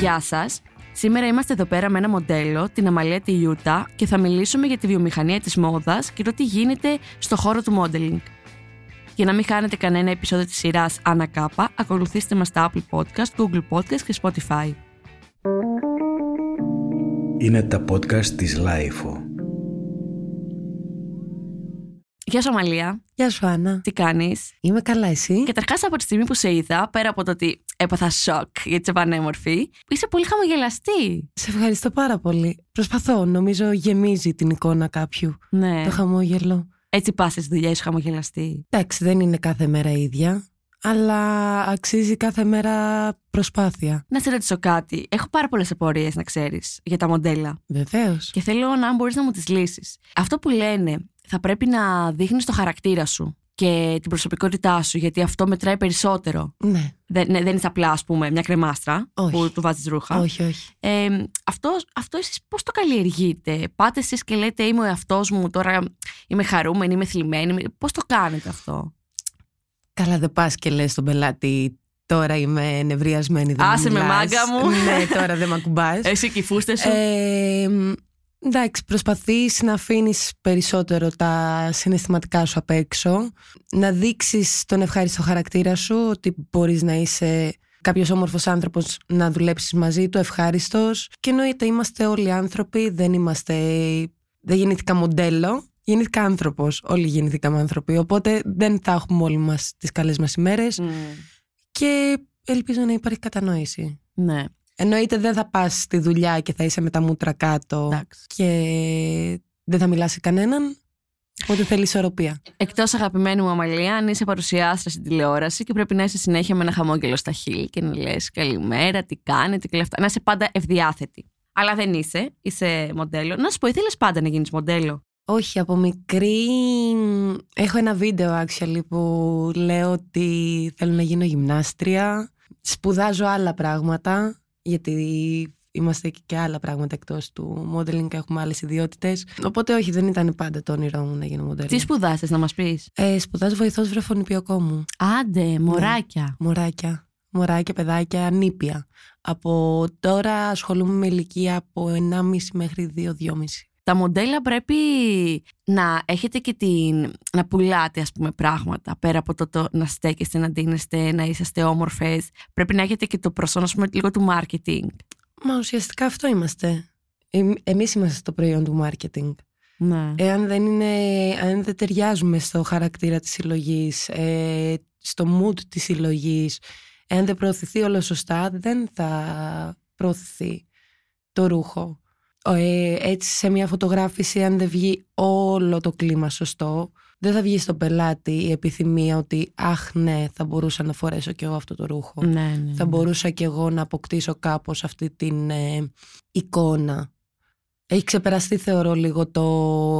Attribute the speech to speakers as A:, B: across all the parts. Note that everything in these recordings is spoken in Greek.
A: Γεια σας. Σήμερα είμαστε εδώ πέρα με ένα μοντέλο, την Αμαλία τη Ιούτα, και θα μιλήσουμε για τη βιομηχανία της μόδας και το τι γίνεται στο χώρο του modeling. Για να μην χάνετε κανένα επεισόδιο της σειράς Ανακάπα, ακολουθήστε μας στα Apple Podcast, Google Podcast και Spotify.
B: Είναι τα podcast της Λάιφο.
A: Γεια σου, Αμαλία.
C: Γεια σου, Άννα.
A: Τι κάνεις.
C: Είμαι καλά, εσύ.
A: Καταρχάς, από τη στιγμή που σε είδα, πέρα από το ότι έπαθα σοκ γιατί είσαι πανέμορφη, είσαι πολύ χαμογελαστή.
C: Σε ευχαριστώ πάρα πολύ. Προσπαθώ. Νομίζω γεμίζει την εικόνα κάποιου
A: Ναι.
C: το χαμόγελο.
A: Έτσι πα στι δουλειέ σου χαμογελαστή.
C: Εντάξει, δεν είναι κάθε μέρα η ίδια, αλλά αξίζει κάθε μέρα προσπάθεια.
A: Να σε ρωτήσω κάτι. Έχω πάρα πολλές απορίες, να ξέρεις, για τα μοντέλα.
C: Βεβαίως.
A: Και θέλω να αν μπορείς να μου τις λύσεις. Αυτό που λένε, θα πρέπει να δείχνεις το χαρακτήρα σου και την προσωπικότητά σου, γιατί αυτό μετράει περισσότερο.
C: Ναι.
A: Δεν, ναι, δεν είσαι απλά, ας πούμε, μια κρεμάστρα
C: Όχι.
A: που του βάζεις ρούχα.
C: Όχι, όχι.
A: Ε, αυτό, αυτό εσείς πώς το καλλιεργείτε. Πάτε εσείς και λέτε είμαι ο εαυτός μου, τώρα είμαι χαρούμενη, είμαι θλιμμένη. Πώς το κάνετε αυτό.
C: Καλά, δεν πας και λες στον πελάτη. Τώρα είμαι νευριασμένη. Δεν
A: Άσε με,
C: μιλάς.
A: μάγκα μου.
C: Ναι, τώρα δεν με ακουμπάς.
A: Εσύ και οι φούστες σου.
C: Ε, μ, εντάξει, προσπαθείς να αφήνεις περισσότερο τα συναισθηματικά σου απ' έξω, να δείξεις τον ευχάριστο χαρακτήρα σου, ότι μπορείς να είσαι κάποιος όμορφος άνθρωπος να δουλέψεις μαζί του, ευχάριστος. Και εννοείται, είμαστε όλοι άνθρωποι, δεν είμαστε... Δεν γεννήθηκα μοντέλο, γεννήθηκα άνθρωπος. Όλοι γεννήθηκαμε άνθρωποι, οπότε δεν θα έχουμε όλοι μας τις καλές μας ημέρες.
A: Μμ,
C: Και ελπίζω να υπάρχει κατανόηση.
A: ναι,
C: Εννοείται δεν θα πας στη δουλειά και θα είσαι με τα μούτρα κάτω
A: εντάξει.
C: και δεν θα μιλάς σε κανέναν. Οπότε θέλει ισορροπία.
A: Εκτός αγαπημένη μου Αμαλία, αν είσαι παρουσιάστρας στην τηλεόραση και πρέπει να είσαι συνέχεια με ένα χαμόγελο στα χείλη και να λες καλημέρα, τι κάνετε και όλα αυτά. Να είσαι πάντα ευδιάθετη. Αλλά δεν είσαι, είσαι μοντέλο. Να σου πω, ήθελες πάντα να γίνεις μοντέλο.
C: Όχι, από μικρή μ, έχω ένα βίντεο actually που λέω ότι θέλω να γίνω γυμνάστρια. Σπουδάζω άλλα πράγματα γιατί είμαστε και- και άλλα πράγματα εκτός του modeling και έχουμε άλλες ιδιότητες. Οπότε όχι, δεν ήταν πάντα το όνειρό μου να γίνω μοντέλο.
A: Τι σπουδάσες να μας πεις. Ναι.
C: Ε, σπουδάζω βοηθός βρεφονιπιακόμου.
A: Άντε, μωράκια.
C: Μωράκια. Μωράκια, παιδάκια, νήπια. Από τώρα ασχολούμαι με ηλικία από 1,5 μέχρι 2-2,5.
A: τα μοντέλα πρέπει να έχετε και την, να πουλάτε ας πούμε πράγματα πέρα από το, το να στέκεστε, να ντύνεστε, να είσαστε όμορφες πρέπει να έχετε και το προσόν ας πούμε λίγο του marketing
C: Μα ουσιαστικά αυτό είμαστε. Εμεί εμείς είμαστε το προϊόν του marketing.
A: ναι.
C: Εάν δεν, είναι, αν δεν ταιριάζουμε στο χαρακτήρα της συλλογής, ε, στο mood της συλλογής, εάν δεν προωθηθεί όλο σωστά, δεν θα προωθηθεί το ρούχο. Ο, ε, έτσι σε μια φωτογράφηση, αν δεν βγει όλο το κλίμα σωστό, δεν θα βγει στον πελάτη η επιθυμία ότι «Αχ ναι, θα μπορούσα να φορέσω κι εγώ αυτό το ρούχο».
A: ναι, ναι, ναι.
C: Θα μπορούσα κι εγώ να αποκτήσω κάπως αυτή την ε, εικόνα. Έχει ξεπεραστεί θεωρώ λίγο το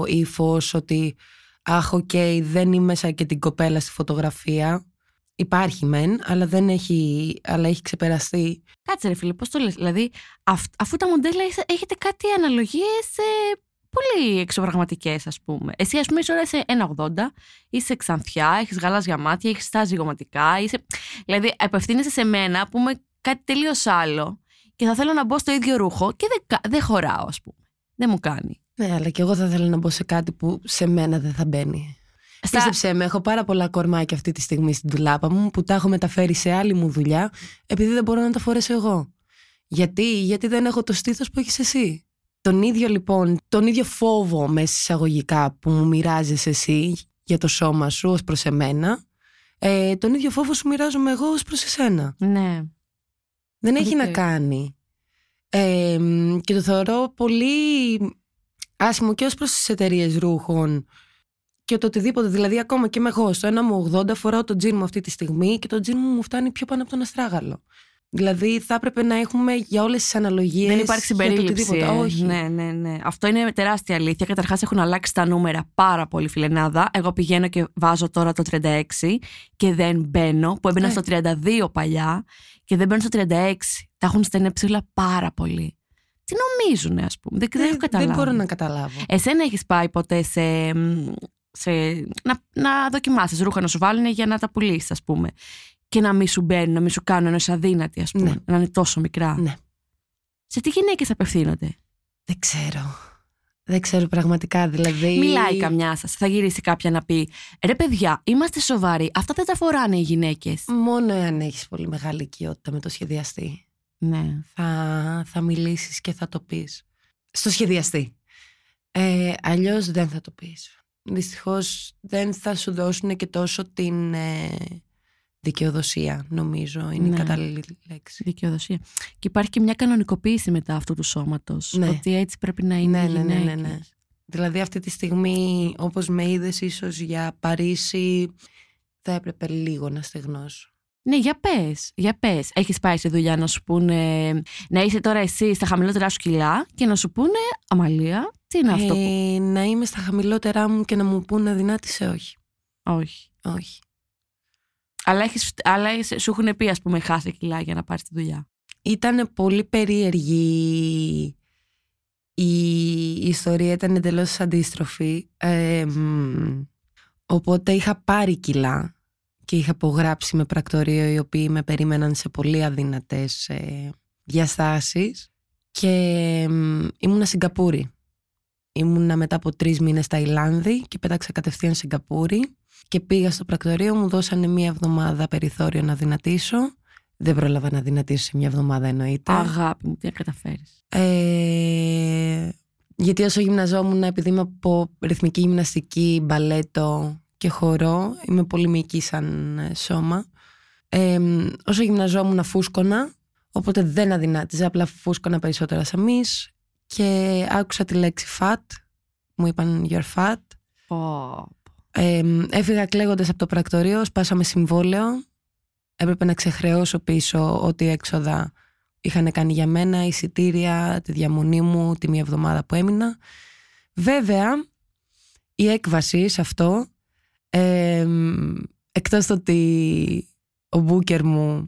C: ύφος ότι αχ, οκ, δεν είμαι σαν και την κοπέλα στη φωτογραφία. Υπάρχει μεν, αλλά, δεν έχει, αλλά έχει ξεπεραστεί.
A: Κάτσε ρε φίλε πώς το λες δηλαδή αυ- αφού τα μοντέλα είσα- έχετε κάτι αναλογίες ε, πολύ εξωπραγματικές ας πούμε εσύ ας πούμε είσαι ώρα είσαι 1,80 είσαι ξανθιά, έχεις γαλάζια μάτια έχεις τα ζυγοματικά είσαι... δηλαδή απευθύνεσαι σε μένα που είμαι κάτι τελείως άλλο και θα θέλω να μπω στο ίδιο ρούχο και δεν, κα- δεν χωράω ας πούμε δεν μου κάνει
C: Ναι, αλλά κι εγώ θα ήθελα να μπω σε κάτι που σε μένα δεν θα μπαίνει.
A: Στα-
C: Πίστεψέ με, έχω πάρα πολλά κορμάκια αυτή τη στιγμή στην τουλάπα μου που τα έχω μεταφέρει σε άλλη μου δουλειά επειδή δεν μπορώ να τα φορέσω εγώ. Γιατί, γιατί δεν έχω το στήθος που έχεις εσύ. Τον ίδιο λοιπόν, τον ίδιο φόβο μέσα εισαγωγικά που μου μοιράζεσαι εσύ για το σώμα σου ως προς εμένα, ε, τον ίδιο φόβο σου μοιράζομαι εγώ ως προς εσένα.
A: ναι.
C: Δεν έχει να
A: Οκ.
C: κάνει. Ε, μ, και το θεωρώ πολύ άσχημο και ως προς τις εταιρείες ρούχων και το οτιδήποτε. Δηλαδή ακόμα και είμαι εγώ στο 1 μου 80 φοράω το τζιν μου αυτή τη στιγμή και το τζιν μου μου φτάνει πιο πάνω από τον αστράγαλο. Δηλαδή θα έπρεπε να έχουμε για όλες τις αναλογίες
A: Δεν υπάρχει
C: για το
A: συμπερίληψη.
C: οτιδήποτε.
A: ε.
C: Όχι.
A: Ναι, ναι, ναι. Αυτό είναι τεράστια αλήθεια. Καταρχάς έχουν αλλάξει τα νούμερα πάρα πολύ, φιλενάδα. Εγώ πηγαίνω και βάζω τώρα το 36 και δεν μπαίνω, που έμπαινα
C: Ε.
A: στο 32 παλιά και δεν μπαίνω στο 36. Τα έχουν στενέψει όλα πάρα πολύ. Τι νομίζουν, ας πούμε. Δεν, δεν έχω καταλάβει.
C: Ναι,
A: Ε,
C: δεν μπορώ να καταλάβω.
A: Εσένα έχεις πάει ποτέ σε. μ, σε να, να δοκιμάσεις ρούχα να σου βάλουν για να τα πουλήσεις, ας πούμε. Και να μην σου μπαίνουν, να μην σου κάνουν, να είσαι αδύνατη, ας πούμε.
C: Ναι.
A: Να είναι τόσο μικρά.
C: Ναι.
A: σε τι γυναίκες απευθύνονται.
C: Δεν ξέρω. Δεν ξέρω πραγματικά, δηλαδή.
A: Μιλάει καμιά σας. Θα γυρίσει κάποια να πει Ρε παιδιά, είμαστε σοβαροί. Αυτά δεν τα φοράνε οι γυναίκες.
C: Μόνο εάν έχεις πολύ μεγάλη οικειότητα με το σχεδιαστή.
A: Ναι.
C: Θα, θα μιλήσεις και θα το πεις. Στο σχεδιαστή. Ε, αλλιώς δεν θα το πεις. Δυστυχώς δεν θα σου δώσουν και τόσο την ε, δικαιοδοσία, νομίζω. Είναι
A: Ναι.
C: η κατάλληλη λέξη.
A: Δικαιοδοσία. Και υπάρχει και μια κανονικοποίηση μετά αυτού του σώματος.
C: Ναι.
A: Ότι έτσι πρέπει να είναι.
C: Ναι,
A: οι
C: ναι, ναι, ναι,
A: γυναίκες.
C: ναι. Δηλαδή αυτή τη στιγμή, όπως με είδες ίσως για Παρίσι, θα έπρεπε λίγο να στεγνώσω.
A: Ναι, για πες. Για πες. Έχεις πάει σε δουλειά να σου πούνε. Να είσαι τώρα εσύ στα χαμηλότερα σου κιλά και να σου πούνε Αμαλία, τι είναι αυτό που.
C: Ε, να είμαι στα χαμηλότερά μου και να μου πούν αδυνάτη σε όχι.
A: Όχι.
C: Όχι.
A: Αλλά, έχεις, αλλά είσαι- σου έχουν πει, ας πούμε, χάσε κιλά για να πάρεις τη δουλειά.
C: ήταν πολύ περίεργη η ιστορία, ήταν εντελώς αντίστροφη. Ε, μ, οπότε είχα πάρει κιλά και είχα απογράψει με πρακτορείο οι οποίοι με περίμεναν σε πολύ αδυνατές ε, διαστάσεις και μ, ήμουνα Σιγκαπούρη. Ήμουνα μετά από τρεις μήνες Ταϊλάνδη και πέταξα κατευθείαν Σιγκαπούρη και πήγα στο πρακτορείο, μου δώσανε μία εβδομάδα περιθώριο να δυνατήσω. Δεν πρόλαβα να δυνατήσω σε μια εβδομάδα εννοείται.
A: Αγάπη μου, τι να καταφέρεις.
C: Ε, γιατί όσο γυμναζόμουν, επειδή είμαι από ρυθμική γυμναστική, μπαλέτο και χορό, είμαι πολύ μυϊκή σαν ε, σώμα. Ε, όσο γυμναζόμουν φούσκωνα, οπότε δεν αδυνάτιζα, απλά φούσκωνα περισσότερα σαν μυς και άκουσα τη λέξη fat, μου είπαν you're fat. Ε, έφυγα κλαίγοντας από το πρακτορείο, σπάσαμε συμβόλαιο. Έπρεπε να ξεχρεώσω πίσω ό,τι έξοδα είχαν κάνει για μένα, εισιτήρια, τη διαμονή μου, τη μία εβδομάδα που έμεινα. Βέβαια, η έκβαση σε αυτό, ε, εκτός το ότι ο μπούκερ μου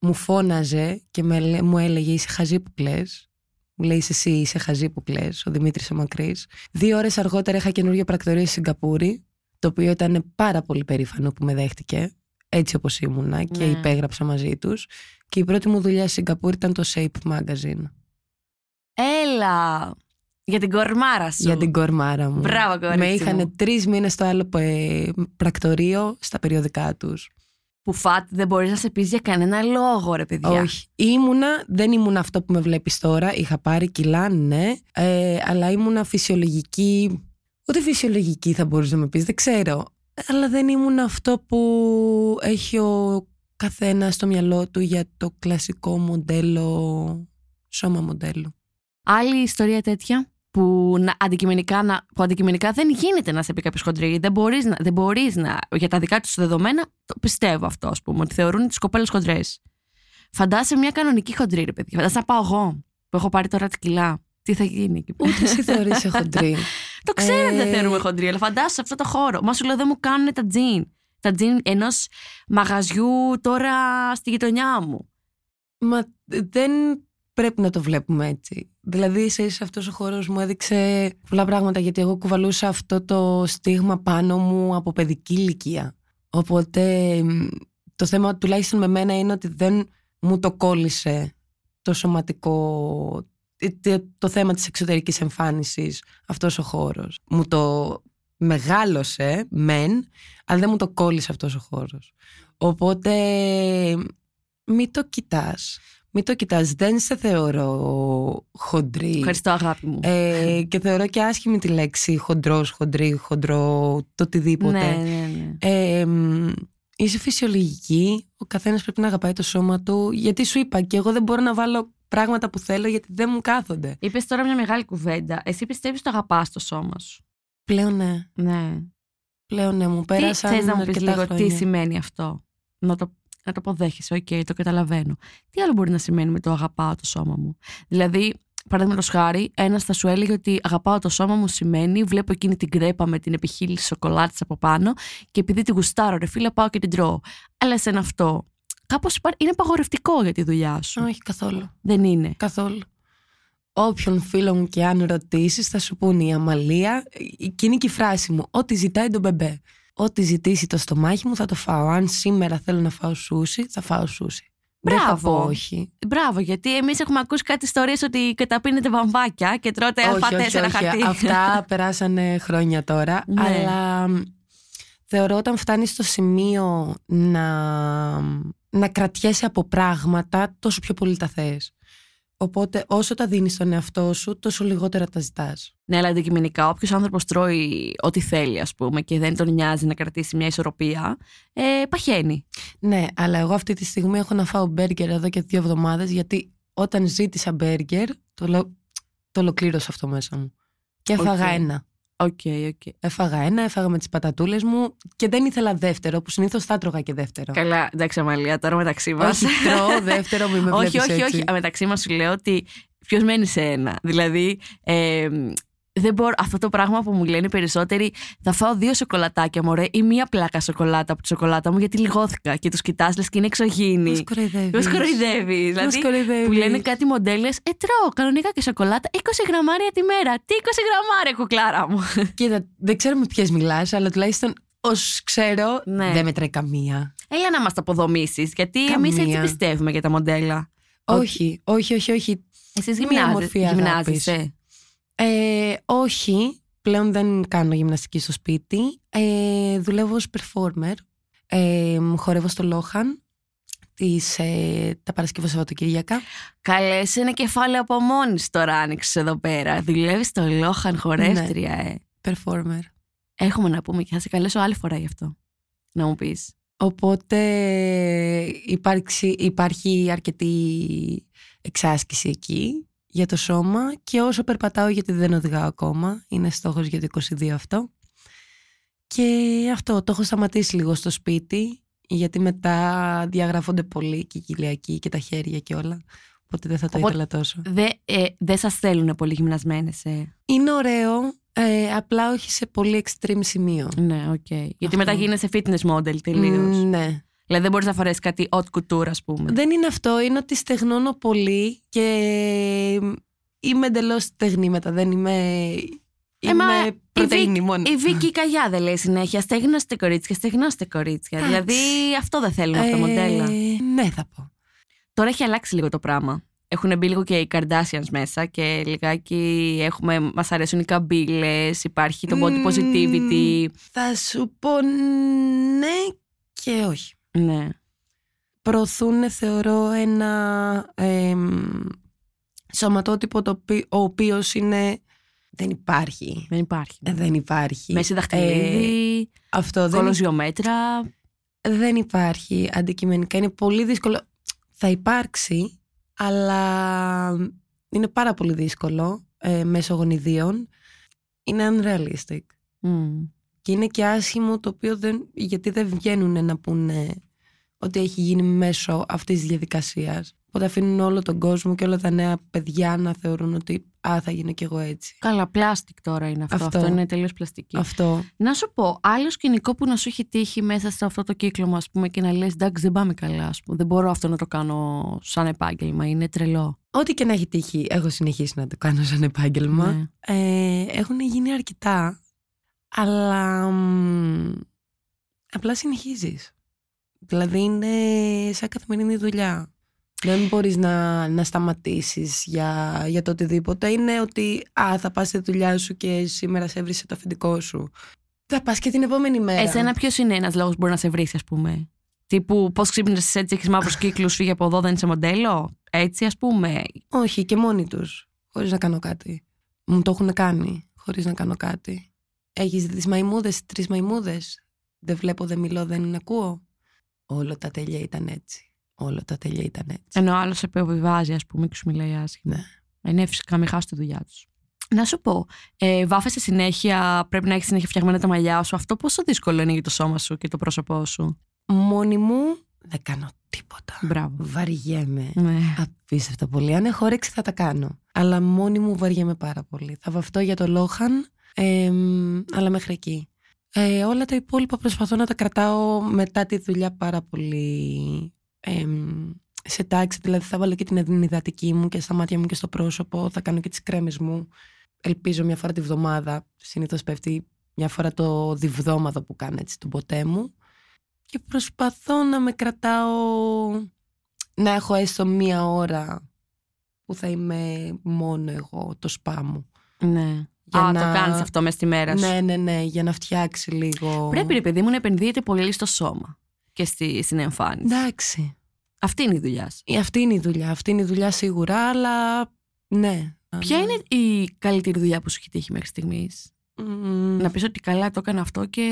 C: μου φώναζε και με, λέ- μου έλεγε «Είσαι χαζή που κλαις». Μου λέει «Είσαι εσύ, είσαι χαζή που κλαις», ο Δημήτρης ο Μακρύς. Δύο ώρες αργότερα είχα καινούργιο πρακτορείο στη Σιγκαπούρη το οποίο ήταν πάρα πολύ περήφανο που με δέχτηκε, έτσι όπως ήμουνα και
A: Ναι.
C: υπέγραψα μαζί τους. Και η πρώτη μου δουλειά στη Σιγκαπούρη ήταν το Shape Magazine
A: Έλα! Για την κορμάρα σου.
C: για την κορμάρα μου.
A: Μπράβο, κορίτσι
C: με
A: μου.
C: είχαν τρεις μήνες στο άλλο ε, πρακτορείο στα περιοδικά τους.
A: Που φάτ δεν μπορείς να σε πεις για κανένα λόγο, ρε παιδιά.
C: Όχι. Ήμουνα, δεν ήμουν αυτό που με βλέπεις τώρα. Είχα πάρει κιλά, ναι. Ε, αλλά ήμουνα φυσιολογική. Ούτε φυσιολογική θα μπορούσε να με πεις, δεν ξέρω. Αλλά δεν ήμουν αυτό που έχει ο καθένας στο μυαλό του για το κλασικό μοντέλο, σώμα μοντέλου.
A: Άλλη ιστορία τέτοια που, να, αντικειμενικά, να, που αντικειμενικά δεν γίνεται να σε πει κάποιος χοντρή. Δεν μπορείς να, δεν μπορείς να. Για τα δικά τους δεδομένα, το πιστεύω αυτό, ας πούμε, ότι θεωρούν τις κοπέλες χοντρές. Φαντάσαι μια κανονική χοντρή, ρε παιδιά. Φαντάσαι να πάω εγώ που έχω πάρει τώρα τα κιλά. Τι θα γίνει εκεί πέρα.
C: Ούτε εσύ θεωρείσαι χοντρή.
A: Το ξέρω ότι δεν
C: Ε.
A: θεωρούμε χοντρή, αλλά φαντάσου σε αυτό το χώρο. Μα σου λέω δεν μου κάνουν τα τζιν. Τα τζιν ενός μαγαζιού τώρα στη γειτονιά μου.
C: Μα ε, δεν πρέπει να το βλέπουμε έτσι. Δηλαδή, σε ίσα αυτός ο χώρος μου έδειξε πολλά πράγματα γιατί εγώ κουβαλούσα αυτό το στίγμα πάνω μου από παιδική ηλικία. Οπότε μ, το θέμα τουλάχιστον με μένα είναι ότι δεν μου το κόλλησε το σωματικό, ε, τε- το θέμα της εξωτερικής εμφάνισης αυτός ο χώρος. Μου το μεγάλωσε, μεν, αλλά δεν μου το κόλλησε αυτός ο χώρος. Οπότε μην το κοιτάς. Μην το κοιτάς. Δεν σε θεωρώ χοντρή.
A: Ευχαριστώ, αγάπη μου.
C: Ε, και θεωρώ και άσχημη τη λέξη χοντρός, χοντρή, χοντρό, το οτιδήποτε.
A: ναι, ναι, ναι.
C: Ε, μ, είσαι φυσιολογική. Ο καθένας πρέπει να αγαπάει το σώμα του. Γιατί σου είπα και εγώ δεν μπορώ να βάλω πράγματα που θέλω γιατί δεν μου κάθονται.
A: Είπες τώρα μια μεγάλη κουβέντα. Εσύ πιστεύεις ότι το αγαπάς το σώμα σου.
C: Πλέον ναι.
A: Ναι.
C: Πλέον ναι, μου
A: Τι
C: πέρασαν
A: θες να μου πεις
C: αρκετά
A: λίγο, τι
C: χρόνια.
A: σημαίνει αυτό. Να το, να το αποδέχεσαι, οκ, το καταλαβαίνω. Τι άλλο μπορεί να σημαίνει με το αγαπάω το σώμα μου. Δηλαδή, παραδείγματος χάρη, ένας θα σου έλεγε ότι αγαπάω το σώμα μου σημαίνει βλέπω εκείνη την κρέπα με την επιχείληση σοκολάτης από πάνω και επειδή τη γουστάρω, ρε φίλα, πάω και την τρώω. Αλλά εσένα αυτό. Κάπως είναι απαγορευτικό για τη δουλειά σου.
C: Όχι, καθόλου.
A: Δεν είναι.
C: Καθόλου. Όποιον φίλο μου και αν ρωτήσεις, θα σου πούνε η Αμαλία. Εκείνη και η φράση μου. Ό,τι ζητάει τον μπεμπέ. Ό,τι ζητήσει το στομάχι μου θα το φάω. Αν σήμερα θέλω να φάω σούσι, θα φάω σούσι. Δεν θα
A: Μπράβο.
C: πω όχι.
A: Μπράβο, γιατί εμείς έχουμε ακούσει κάτι ιστορίες ότι καταπίνετε βαμβάκια και τρώτε α4 χαρτί.
C: Αυτά περάσανε χρόνια τώρα.
A: Ναι.
C: Αλλά μ, θεωρώ όταν φτάνεις στο σημείο να, να κρατιέσαι από πράγματα, τόσο πιο πολύ τα θες. Οπότε όσο τα δίνεις στον εαυτό σου, τόσο λιγότερα τα ζητάς.
A: Ναι, αλλά αντικειμενικά, όποιος άνθρωπος τρώει ό,τι θέλει, ας πούμε, και δεν τον νοιάζει να κρατήσει μια ισορροπία, ε, παχαίνει.
C: Ναι, αλλά εγώ αυτή τη στιγμή έχω να φάω μπέργκερ εδώ και δύο εβδομάδες, γιατί όταν ζήτησα μπέργκερ, το, λο- το ολοκλήρωσα αυτό μέσα μου. Και έφαγα
A: Οκ.
C: ένα.
A: Οκ, οκ.
C: Έφαγα ένα, έφαγα με τις πατατούλες μου και δεν ήθελα δεύτερο, που συνήθως θα τρώγα και δεύτερο.
A: Καλά, εντάξει, Αμαλία, τώρα μεταξύ μας.
C: Όχι, τρώω δεύτερο, μην με
A: όχι,
C: βλέπεις
A: όχι,
C: έτσι.
A: όχι. Α, Μεταξύ μας σου λέω ότι ποιος μένει σε ένα. Δηλαδή, ε, δεν μπορώ, αυτό το πράγμα που μου λένε οι περισσότεροι, θα φάω δύο σοκολατάκια μωρέ ή μία πλάκα σοκολάτα από τη σοκολάτα μου γιατί λιγόθηκα και τους κοιτάς λες και είναι
C: Μας
A: εξωγήινοι.
C: κοροϊδεύεις.
A: Μας κοροϊδεύει.
C: Μας
A: Δηλαδή,
C: κοροϊδεύεις.
A: που λένε κάτι μοντέλες, ε, τρώω κανονικά και σοκολάτα 20 γραμμάρια τη μέρα. Τι 20 γραμμάρια, κουκλάρα μου.
C: Κοίτα, δεν ξέρω με ποιες μιλάς, αλλά τουλάχιστον ως ξέρω
A: Ναι.
C: δεν μετράει καμία.
A: Έλα να μας τα αποδομήσεις, γιατί εμείς έτσι
C: Καμία.
A: πιστεύουμε για τα μοντέλα. Ότι-
C: Όχι, όχι, όχι, όχι.
A: Εσείς
C: Μία μορφή αγάπης.
A: γυμνάζεσαι.
C: Ε, όχι, πλέον δεν κάνω γυμναστική στο σπίτι. Ε, δουλεύω ως performer. Ε, χορεύω στο Λόχαν τις, ε, τα Παρασκευά Σαββατοκύριακα.
A: Καλές, είσαι ένα κεφάλαιο από μόνης σου τώρα άνοιξες εδώ πέρα. Δουλεύεις στο Λόχαν χορεύτρια, ε.
C: Performer.
A: Έχουμε να πούμε και θα σε καλέσω άλλη φορά γι' αυτό. Να μου πεις.
C: Οπότε υπάρξει, υπάρχει αρκετή εξάσκηση εκεί για το σώμα και όσο περπατάω γιατί δεν οδηγάω ακόμα, είναι στόχος για το 22 αυτό. Και αυτό το έχω σταματήσει λίγο στο σπίτι γιατί μετά διαγραφώνται πολύ και η κοιλιακή και τα χέρια και όλα. Οπότε δεν θα το
A: Οπότε-
C: ήθελα τόσο.
A: Δεν ε, δε σα θέλουν πολύ γυμνασμένες, ε.
C: Είναι ωραίο, ε, απλά όχι σε πολύ extreme σημείο.
A: Ναι, οκ. Γιατί
C: Αυτό.
A: μετά γίνεσαι fitness model τελείως.
C: Μ, Ναι.
A: Δηλαδή δεν μπορείς να φορέσεις κάτι haute couture, ας πούμε.
C: Δεν είναι αυτό, είναι ότι στεγνώνω πολύ και είμαι εντελώς στεγνή μετά. Δεν είμαι.
A: Ε, μα
C: είμαι
A: η
C: πρωτεΐνη
A: Βίκ-
C: μόνο.
A: Η Βίκη η Καγιά δεν λέει συνέχεια. Στεγνώστε κορίτσια, στεγνώστε κορίτσια.
C: Εντάξει.
A: Δηλαδή αυτό δεν θέλουν αυτά τα
C: Ε,
A: μοντέλα.
C: Ναι, θα πω.
A: Τώρα έχει αλλάξει λίγο το πράγμα. Έχουν μπει λίγο και οι Kardashians μέσα και λιγάκι έχουμε, μας αρέσουν οι καμπύλες, υπάρχει το body
C: Μμμ.
A: positivity.
C: Θα σου πω ναι και όχι.
A: Ναι.
C: Προωθούν, θεωρώ, ένα εμ, σωματότυπο το οποί- ο οποίος είναι. Δεν υπάρχει.
A: Δεν υπάρχει.
C: Ε, Δεν υπάρχει.
A: Μέση
C: Ε,
A: δαχτυλίδι,
C: αυτό δεν
A: κολοζιομέτρα.
C: δεν υπάρχει αντικειμενικά. Είναι πολύ δύσκολο. Θα υπάρξει, αλλά είναι πάρα πολύ δύσκολο ε, μέσω γονιδίων. Είναι unrealistic.
A: Μμ.
C: Και είναι και άσχημο το οποίο δεν, γιατί δεν βγαίνουν να πούνε ότι έχει γίνει μέσω αυτής της διαδικασίας. Οπότε αφήνουν όλο τον κόσμο και όλα τα νέα παιδιά να θεωρούν ότι α, θα γίνω κι εγώ έτσι.
A: Καλά, πλάστικ τώρα είναι αυτό. Αυτό,
C: Αυτό.
A: είναι τελείως πλαστική.
C: Αυτό.
A: Να σου πω, άλλο σκηνικό που να σου έχει τύχει μέσα σε αυτό το κύκλωμα, ας πούμε, και να λες: Εντάξει, δεν πάμε καλά, ας πούμε. Δεν μπορώ αυτό να το κάνω σαν επάγγελμα. Είναι τρελό.
C: Ό,τι και να έχει τύχει, έχω συνεχίσει να το κάνω σαν επάγγελμα.
A: Ναι.
C: Ε, έχουν γίνει αρκετά, αλλά μ, απλά συνεχίζεις. Δηλαδή είναι σαν καθημερινή δουλειά. Δεν μπορείς να, να σταματήσεις για, για το οτιδήποτε. Είναι ότι α, θα πας στη δουλειά σου και σήμερα σε έβρισε το αφεντικό σου. Θα πας και την επόμενη μέρα.
A: Εσένα, ποιος είναι ένας λόγος που μπορεί να σε βρεις, ας πούμε. Τύπου, πώς ξύπνησες έτσι, έχεις μαύρους κύκλους, φύγε από εδώ, δεν είσαι μοντέλο. Έτσι, ας πούμε.
C: Όχι, και μόνοι τους, χωρίς να κάνω κάτι. Μου το έχουν κάνει, χωρίς να κάνω κάτι. Έχεις δει τις μαϊμούδες, τρεις μαϊμούδες. Δεν βλέπω, δεν μιλώ, δεν ακούω. Όλο τα τέλεια ήταν έτσι. Όλο τα τέλεια ήταν έτσι.
A: Ενώ άλλο σε επιβιβάζει, ας πούμε, και σου μιλάει άσχημα.
C: Ναι.
A: Ε, ναι, φυσικά, μην χάσεις τη δουλειά τους. Να σου πω, ε, βάφεσαι συνέχεια, πρέπει να έχεις συνέχεια φτιαγμένα τα μαλλιά σου. Αυτό πόσο δύσκολο είναι για το σώμα σου και το πρόσωπό σου.
C: Μόνη μου δεν κάνω τίποτα.
A: Μπράβο.
C: Βαριέμαι.
A: Ναι.
C: Απίστευτα πολύ. Αν έχω όρεξη θα τα κάνω. Αλλά μόνη μου βαριέμαι πάρα πολύ. Θα βαφτώ για το Λόχαν, εμ, αλλά μέχρι εκεί. Ε, όλα τα υπόλοιπα προσπαθώ να τα κρατάω μετά τη δουλειά πάρα πολύ εμ, σε τάξη. Δηλαδή θα βάλω και την υδατική μου και στα μάτια μου και στο πρόσωπο. Θα κάνω και τις κρέμες μου. Ελπίζω μια φορά τη βδομάδα. Συνήθως πέφτει μια φορά το διβδόμαδο που κάνω έτσι του ποτέ μου. Και προσπαθώ να με κρατάω να έχω έστω μία ώρα που θα είμαι μόνο εγώ το σπά μου.
A: Ναι.
C: Για
A: Α,
C: να-
A: το κάνεις αυτό μέσα στη μέρα σου.
C: Ναι, ναι, ναι, για να φτιάξει λίγο.
A: Πρέπει, ρε παιδί μου, να επενδύεται πολύ στο σώμα και στη, στην εμφάνιση.
C: Ναι. Εντάξει.
A: Αυτή είναι η δουλειά σου.
C: Ε, Αυτή είναι η δουλειά. Αυτή είναι η δουλειά σίγουρα, αλλά ναι.
A: Ποια είναι η καλύτερη δουλειά που σου έχει τύχει μέχρι στιγμής,
C: Μμμ.
A: Να πεις ότι καλά το έκανα αυτό και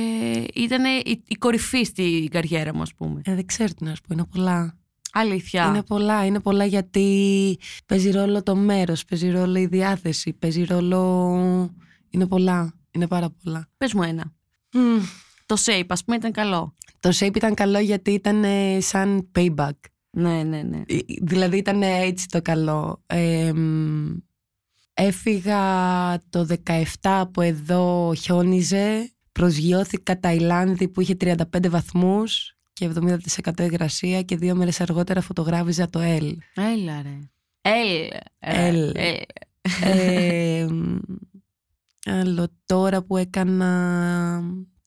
A: ήταν η, η κορυφή στην καριέρα μου, ας πούμε.
C: Ε, δεν ξέρω τι να σου πω. Είναι πολλά.
A: Αλήθεια.
C: Είναι πολλά, είναι πολλά γιατί παίζει ρόλο το μέρος, παίζει ρόλο η διάθεση, παίζει ρόλο... Είναι πολλά, είναι πάρα πολλά.
A: Πες μου ένα.
C: Μμμ.
A: Το shape, ας πούμε, ήταν καλό.
C: Το shape ήταν καλό γιατί ήταν ε, σαν payback.
A: Ναι, ναι, ναι.
C: Ε, Δηλαδή ήταν ε, έτσι το καλό. Ε, μ, έφυγα το 17 από εδώ, χιόνιζε, προσγειώθηκα Ταϊλάνδη που είχε 35 βαθμούς και 70% υγρασία και δύο μέρες αργότερα φωτογράφιζα το L.
A: Έλα, ρε. Έλα.
C: Έλα. Ε, μ, άλλο τώρα που έκανα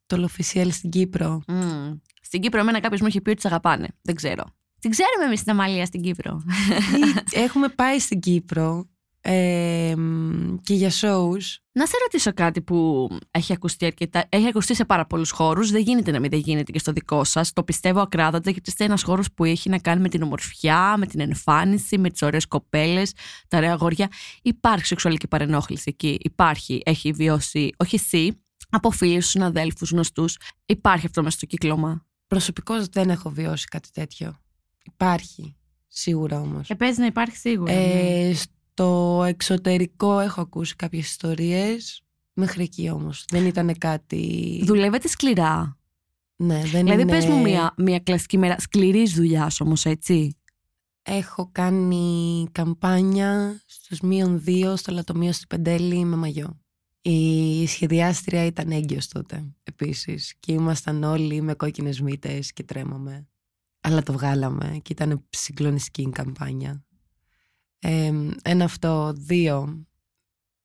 C: το Λοφισιέλ στην Κύπρο.
A: Μμμ. Στην Κύπρο, εμένα κάποιος μου είχε πει ότι σε αγαπάνε. Δεν ξέρω. Την ξέρουμε εμείς στην Αμαλία στην Κύπρο.
C: Ή- Έχουμε πάει στην Κύπρο ε, μ, και για shows.
A: Να σε ρωτήσω κάτι που έχει ακουστεί, αρκετά, έχει ακουστεί σε πάρα πολλούς χώρους. Δεν γίνεται να μην δεν γίνεται και στο δικό σας. Το πιστεύω ακράδαντα, γιατί είστε ένας χώρος που έχει να κάνει με την ομορφιά, με την εμφάνιση, με τις ωραίες κοπέλες, τα ωραία αγόρια. Υπάρχει σεξουαλική παρενόχληση εκεί. Υπάρχει, έχει βιώσει, όχι εσύ, από φίλους, συναδέλφους, γνωστούς. Υπάρχει αυτό μέσα στο κύκλωμα.
C: Προσωπικώς δεν έχω βιώσει κάτι τέτοιο. Υπάρχει, σίγουρα όμως.
A: Και Ε, παίζει να υπάρχει σίγουρα. ναι.
C: Ε, στο εξωτερικό έχω ακούσει κάποιες ιστορίες. Μέχρι εκεί όμως. Δεν ήταν κάτι...
A: Δουλεύετε σκληρά.
C: Ναι, δεν
A: Δηλαδή,
C: είναι...
A: πες μου μια, μια κλασική μέρα σκληρής δουλειάς όμως, έτσι.
C: Έχω κάνει καμπάνια στους μείον δύο στο λατομείο στη Πεντέλη με μαγιό. Η σχεδιάστρια ήταν έγκυος τότε επίσης και ήμασταν όλοι με κόκκινες μύτες και τρέμαμε. Αλλά το βγάλαμε και ήταν συγκλονιστική η καμπάνια. Ε, ένα αυτό, δύο.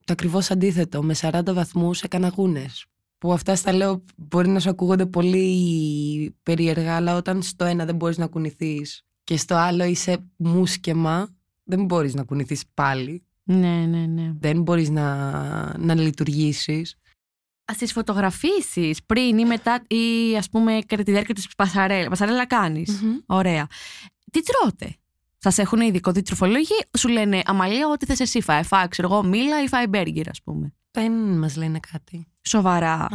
C: Το ακριβώς αντίθετο, με 40 βαθμούς έκανα γούνες. Που αυτά στα λέω μπορεί να σου ακούγονται πολύ περίεργα, αλλά όταν στο ένα δεν μπορείς να κουνηθείς και στο άλλο είσαι μουσκεμα, δεν μπορείς να κουνηθείς πάλι,
A: Ναι, ναι, ναι.
C: δεν μπορείς να, να λειτουργήσεις.
A: Ας τις φωτογραφίσεις πριν ή μετά, ή ας πούμε κατά τη διάρκεια της πασαρέλα. Πασαρέλα κάνεις. Ωραία. Τι τρώτε. Σα έχουν ειδικό διτροφολόγοι, σου λένε Αμαλία, ό,τι θες εσύ φάει. Φάει, ξέρω εγώ, μήλα ή φάει μπέργκερ, ας πούμε.
C: Δεν μας λένε κάτι.
A: Σοβαρά.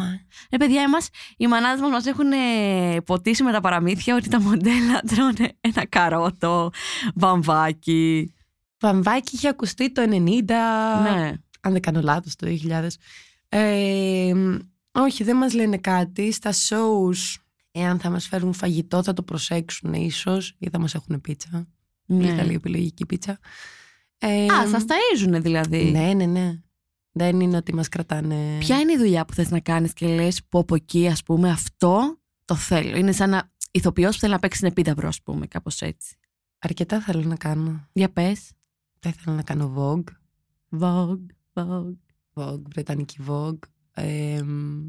A: Ρε παιδιά, εμάς, οι μανάδες μας μας έχουν ε, ποτίσει με τα παραμύθια ότι τα μοντέλα τρώνε ένα καρότο, βαμβάκι.
C: Βαμβάκι είχε ακουστεί το 90,
A: ναι.
C: αν δεν κάνω λάθος, το 2000. Ε, όχι, δεν μας λένε κάτι. Στα shows, εάν θα μας φέρουν φαγητό, θα το προσέξουν ίσως ή θα μας έχουν πίτσα.
A: ναι.
C: Ήταν λίγο επιλογική πίτσα. Ε,
A: Α, σα ταΐζουνε δηλαδή.
C: Ναι, ναι, ναι. Δεν είναι ότι μας κρατάνε.
A: Ποια είναι η δουλειά που θες να κάνεις και λες που από εκεί ας πούμε αυτό το θέλω. Είναι σαν να ηθοποιός που θέλει να παίξει συνεπίδαυρο ας πούμε κάπως έτσι.
C: Αρκετά θέλω να κάνω.
A: Για πες.
C: Θα ήθελα να κάνω Vogue.
A: Vogue, Vogue.
C: Vogue, Βρετανική Vogue. Ε, μ,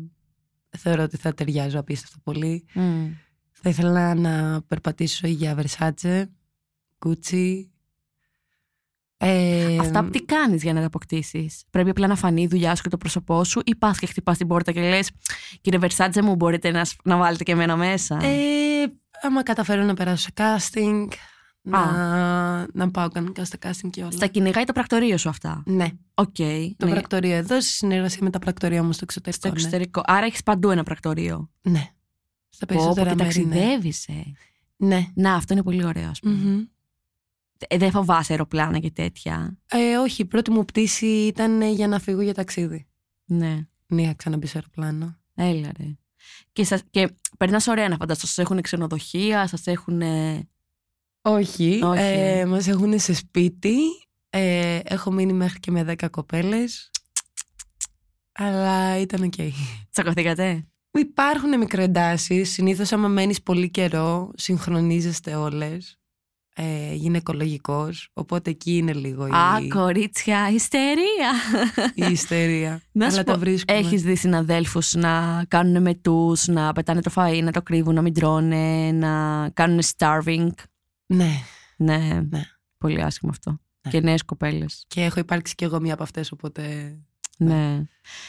C: θεωρώ ότι θα ταιριάζω απίστευτα πολύ.
A: Mm.
C: Θα ήθελα να περπατήσω για Versace, Gucci. Ε,
A: Αυτά τι κάνεις για να τα αποκτήσεις. Πρέπει απλά να φανεί η δουλειά σου και το πρόσωπό σου ή πας και χτυπάς την πόρτα και λες κύριε Βερσάτζε μου μπορείτε να, σ- να βάλετε και εμένα μέσα.
C: ε, άμα καταφέρω να περάσω σε casting, να, να πάω κανονικά στο casting και όλα.
A: Στα κυνηγάει το πρακτορείο σου αυτά.
C: Ναι,
A: Οκ.
C: το
A: ναι.
C: πρακτορείο εδώ, σε συνεργασία με τα πρακτορεία μου στο εξωτερικό.
A: Στο
C: ναι.
A: εξωτερικό. Άρα έχεις παντού ένα πρακτορείο.
C: Ναι.
A: Όπου
C: Στα περισσότερα μέρη, ναι.
A: ταξιδεύεις. ε.
C: Ναι.
A: Να, αυτό είναι πολύ ωραίο, ας πουμε
C: Μμμ.
A: Ε, δεν φοβάσαι αεροπλάνα και τέτοια.
C: Ε, όχι, η πρώτη μου πτήση ήταν ε, για να φύγω για ταξίδι.
A: Ναι,
C: Ναι, είχα ξαναμπεί σε αεροπλάνο.
A: έλα ρε. Και, σας, και περνάς ωραία να φανταστώ. Σας έχουν ξενοδοχεία, σας έχουν... ε,
C: Όχι.
A: Όχι.
C: Ε, Μας έχουν σε σπίτι. Ε, έχω μείνει μέχρι και με 10 κοπέλες Αλλά ήταν οκ.
A: Τσακωθήκατε.
C: Υπάρχουν μικροεντάσεις. Συνήθως άμα μένεις πολύ καιρό, συγχρονίζεστε όλες Ε, γυναικολογικός. Οπότε εκεί είναι λίγο η,
A: Α, κορίτσια, ιστερία.
C: η ιστερία.
A: Να σου
C: Αλλά τα
A: πω,
C: βρίσκουμε.
A: έχεις δει συναδέλφους να κάνουν μετούς, να πετάνε το φαΐ, να το κρύβουν, να μην τρώνε, να κάνουν starving.
C: Ναι.
A: Ναι.
C: Ναι.
A: Πολύ άσχημο αυτό.
C: Ναι.
A: Και νέες κοπέλες.
C: Και έχω υπάρξει κι εγώ μία από αυτές, οπότε...
A: Ναι.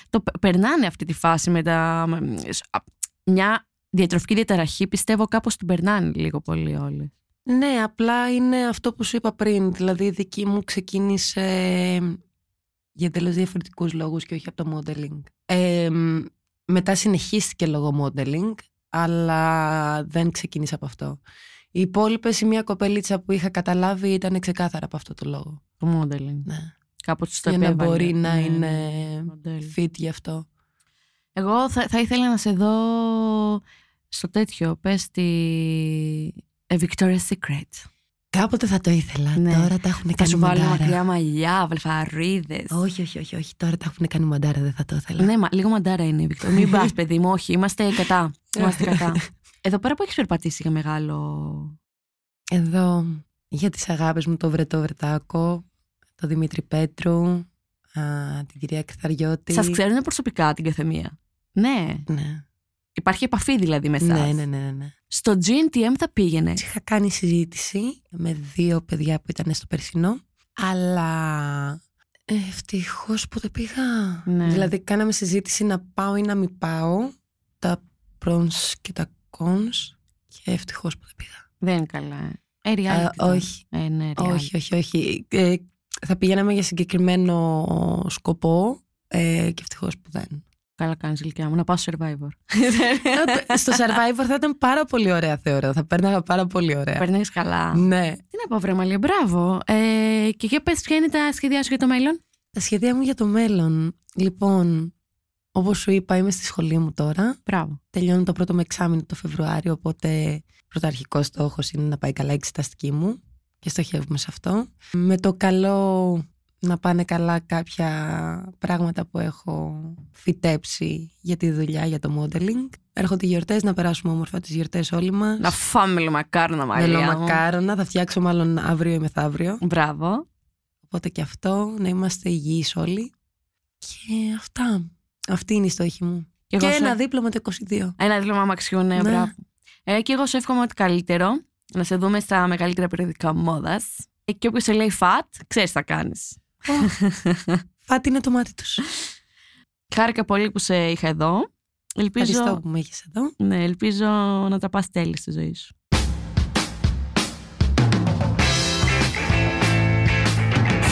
A: Το πε- περνάνε αυτή τη φάση με τα. με- σ- α- Μια διατροφική διαταραχή πιστεύω κάπως την περνάνε λίγο πολύ όλοι.
C: Ναι, απλά είναι αυτό που σου είπα πριν. Δηλαδή, η δική μου ξεκίνησε για εντελώς διαφορετικούς λόγους και όχι από το modeling. Ε, μ, μετά συνεχίστηκε λόγω modeling, αλλά δεν ξεκίνησα από αυτό. Οι υπόλοιπες η μία κοπελίτσα που είχα καταλάβει ήταν ξεκάθαρα από αυτό το λόγο.
A: Το modeling.
C: Ναι.
A: Κάπως τους το
C: Για να
A: επέβαλε.
C: μπορεί να
A: Ναι,
C: είναι
A: μοντέλο.
C: fit γι' αυτό.
A: Εγώ θα, θα ήθελα να σε δω στο τέτοιο. Πες τη A Victoria's Secret.
C: Κάποτε θα το ήθελα.
A: Ναι.
C: Τώρα τα έχουν
A: Θα
C: κάνει
A: σου βάλω
C: μαντάρα.
A: μακριά μαλλιά, βλεφαρίδες.
C: Όχι, όχι, όχι, όχι. Τώρα τα έχουν κάνει μαντάρα, δεν θα το ήθελα.
A: Ναι, μα, λίγο μαντάρα είναι η Βικτόρια. Μην πας παιδί μου, όχι. Είμαστε κατά. Είμαστε κατά. Εδώ πέρα που έχεις περπατήσει για μεγάλο...
C: Εδώ για τις αγάπες μου το Βρετό Βρετάκο, το Δημήτρη Πέτρου, α, την κυρία Κεθαριώτη.
A: Σας ξέρουν προσωπικά την καθεμία. Ναι.
C: Ναι.
A: Υπάρχει επαφή δηλαδή με εσάς.
C: ναι, ναι, ναι, ναι, ναι.
A: Στο GNTM θα πήγαινε.
C: Είχα κάνει συζήτηση με δύο παιδιά που ήταν στο περσινό, αλλά ευτυχώς που δεν πήγα.
A: Ναι.
C: Δηλαδή κάναμε συζήτηση να πάω ή να μην πάω, τα pros και τα cons και ευτυχώς που δεν πήγα.
A: Δεν είναι καλά. ε. Ε, reality
C: Α,
A: ήταν.
C: όχι.
A: Ε, ναι, reality.
C: Όχι, όχι, όχι. Ε, θα πηγαίναμε για συγκεκριμένο σκοπό ε, και ευτυχώς που δεν. Ε,
A: Καλά κάνεις ηλικιά μου. Να πάω στο Survivor.
C: Στο Survivor θα ήταν πάρα πολύ ωραία, θεωρώ. Θα παίρναγα πάρα πολύ ωραία.
A: Περνάς καλά.
C: Ναι.
A: Τι να πω, βρε Μαλία, μπράβο. Ε, και για πες, ποια είναι τα σχέδιά σου για το μέλλον.
C: Τα σχέδια μου για το μέλλον. Λοιπόν, όπως σου είπα, είμαι στη σχολή μου τώρα.
A: Μπράβο.
C: Τελειώνω το πρώτο μου εξάμεινο το Φεβρουάριο, οπότε πρωταρχικός στόχος είναι να πάει καλά η εξεταστική μου και στοχεύουμε σε αυτό. Με το καλό να πάνε καλά κάποια πράγματα που έχω φυτέψει για τη δουλειά, για το modeling. Έρχονται οι γιορτές, να περάσουμε όμορφα τις γιορτές όλοι μας.
A: Να φάμε μελομακάρνα, Μαλία μου.
C: Μελομακάρονα, θα φτιάξω μάλλον αύριο ή μεθαύριο.
A: Μπράβο.
C: Οπότε και αυτό, να είμαστε υγιείς όλοι. Και αυτά. Αυτή είναι η στόχη μου.
A: Και,
C: Και
A: εγώ
C: ένα
A: ένα,
C: δίπλωμα το 22.
A: ένα δίπλωμα αμαξιού, ναι,
C: Ναι.
A: μπράβο. Ε, και εγώ σου εύχομαι ότι καλύτερο. Να σε δούμε στα μεγαλύτερα περιοδικά μόδας. Και όποιος σε λέει φατ, ξέρεις τι θα κάνεις.
C: Φάτι είναι το μάτι τους.
A: Χάρηκα πολύ που σε είχα εδώ.
C: Ευχαριστώ
A: Ελπίζω,
C: που με έχεις εδώ.
A: ναι, ελπίζω να τα πας τέλει στη ζωή σου.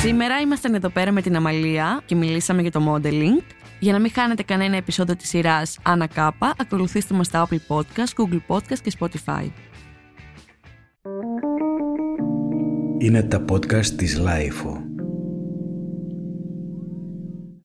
A: Σήμερα ήμασταν εδώ πέρα με την Αμαλία και μιλήσαμε για το modeling. Για να μην χάνετε κανένα επεισόδιο της σειράς Ανά Κάπα, ακολουθήστε μας στα Apple Podcast, Google Podcast και Spotify.
B: Είναι τα podcast της Λάιφο.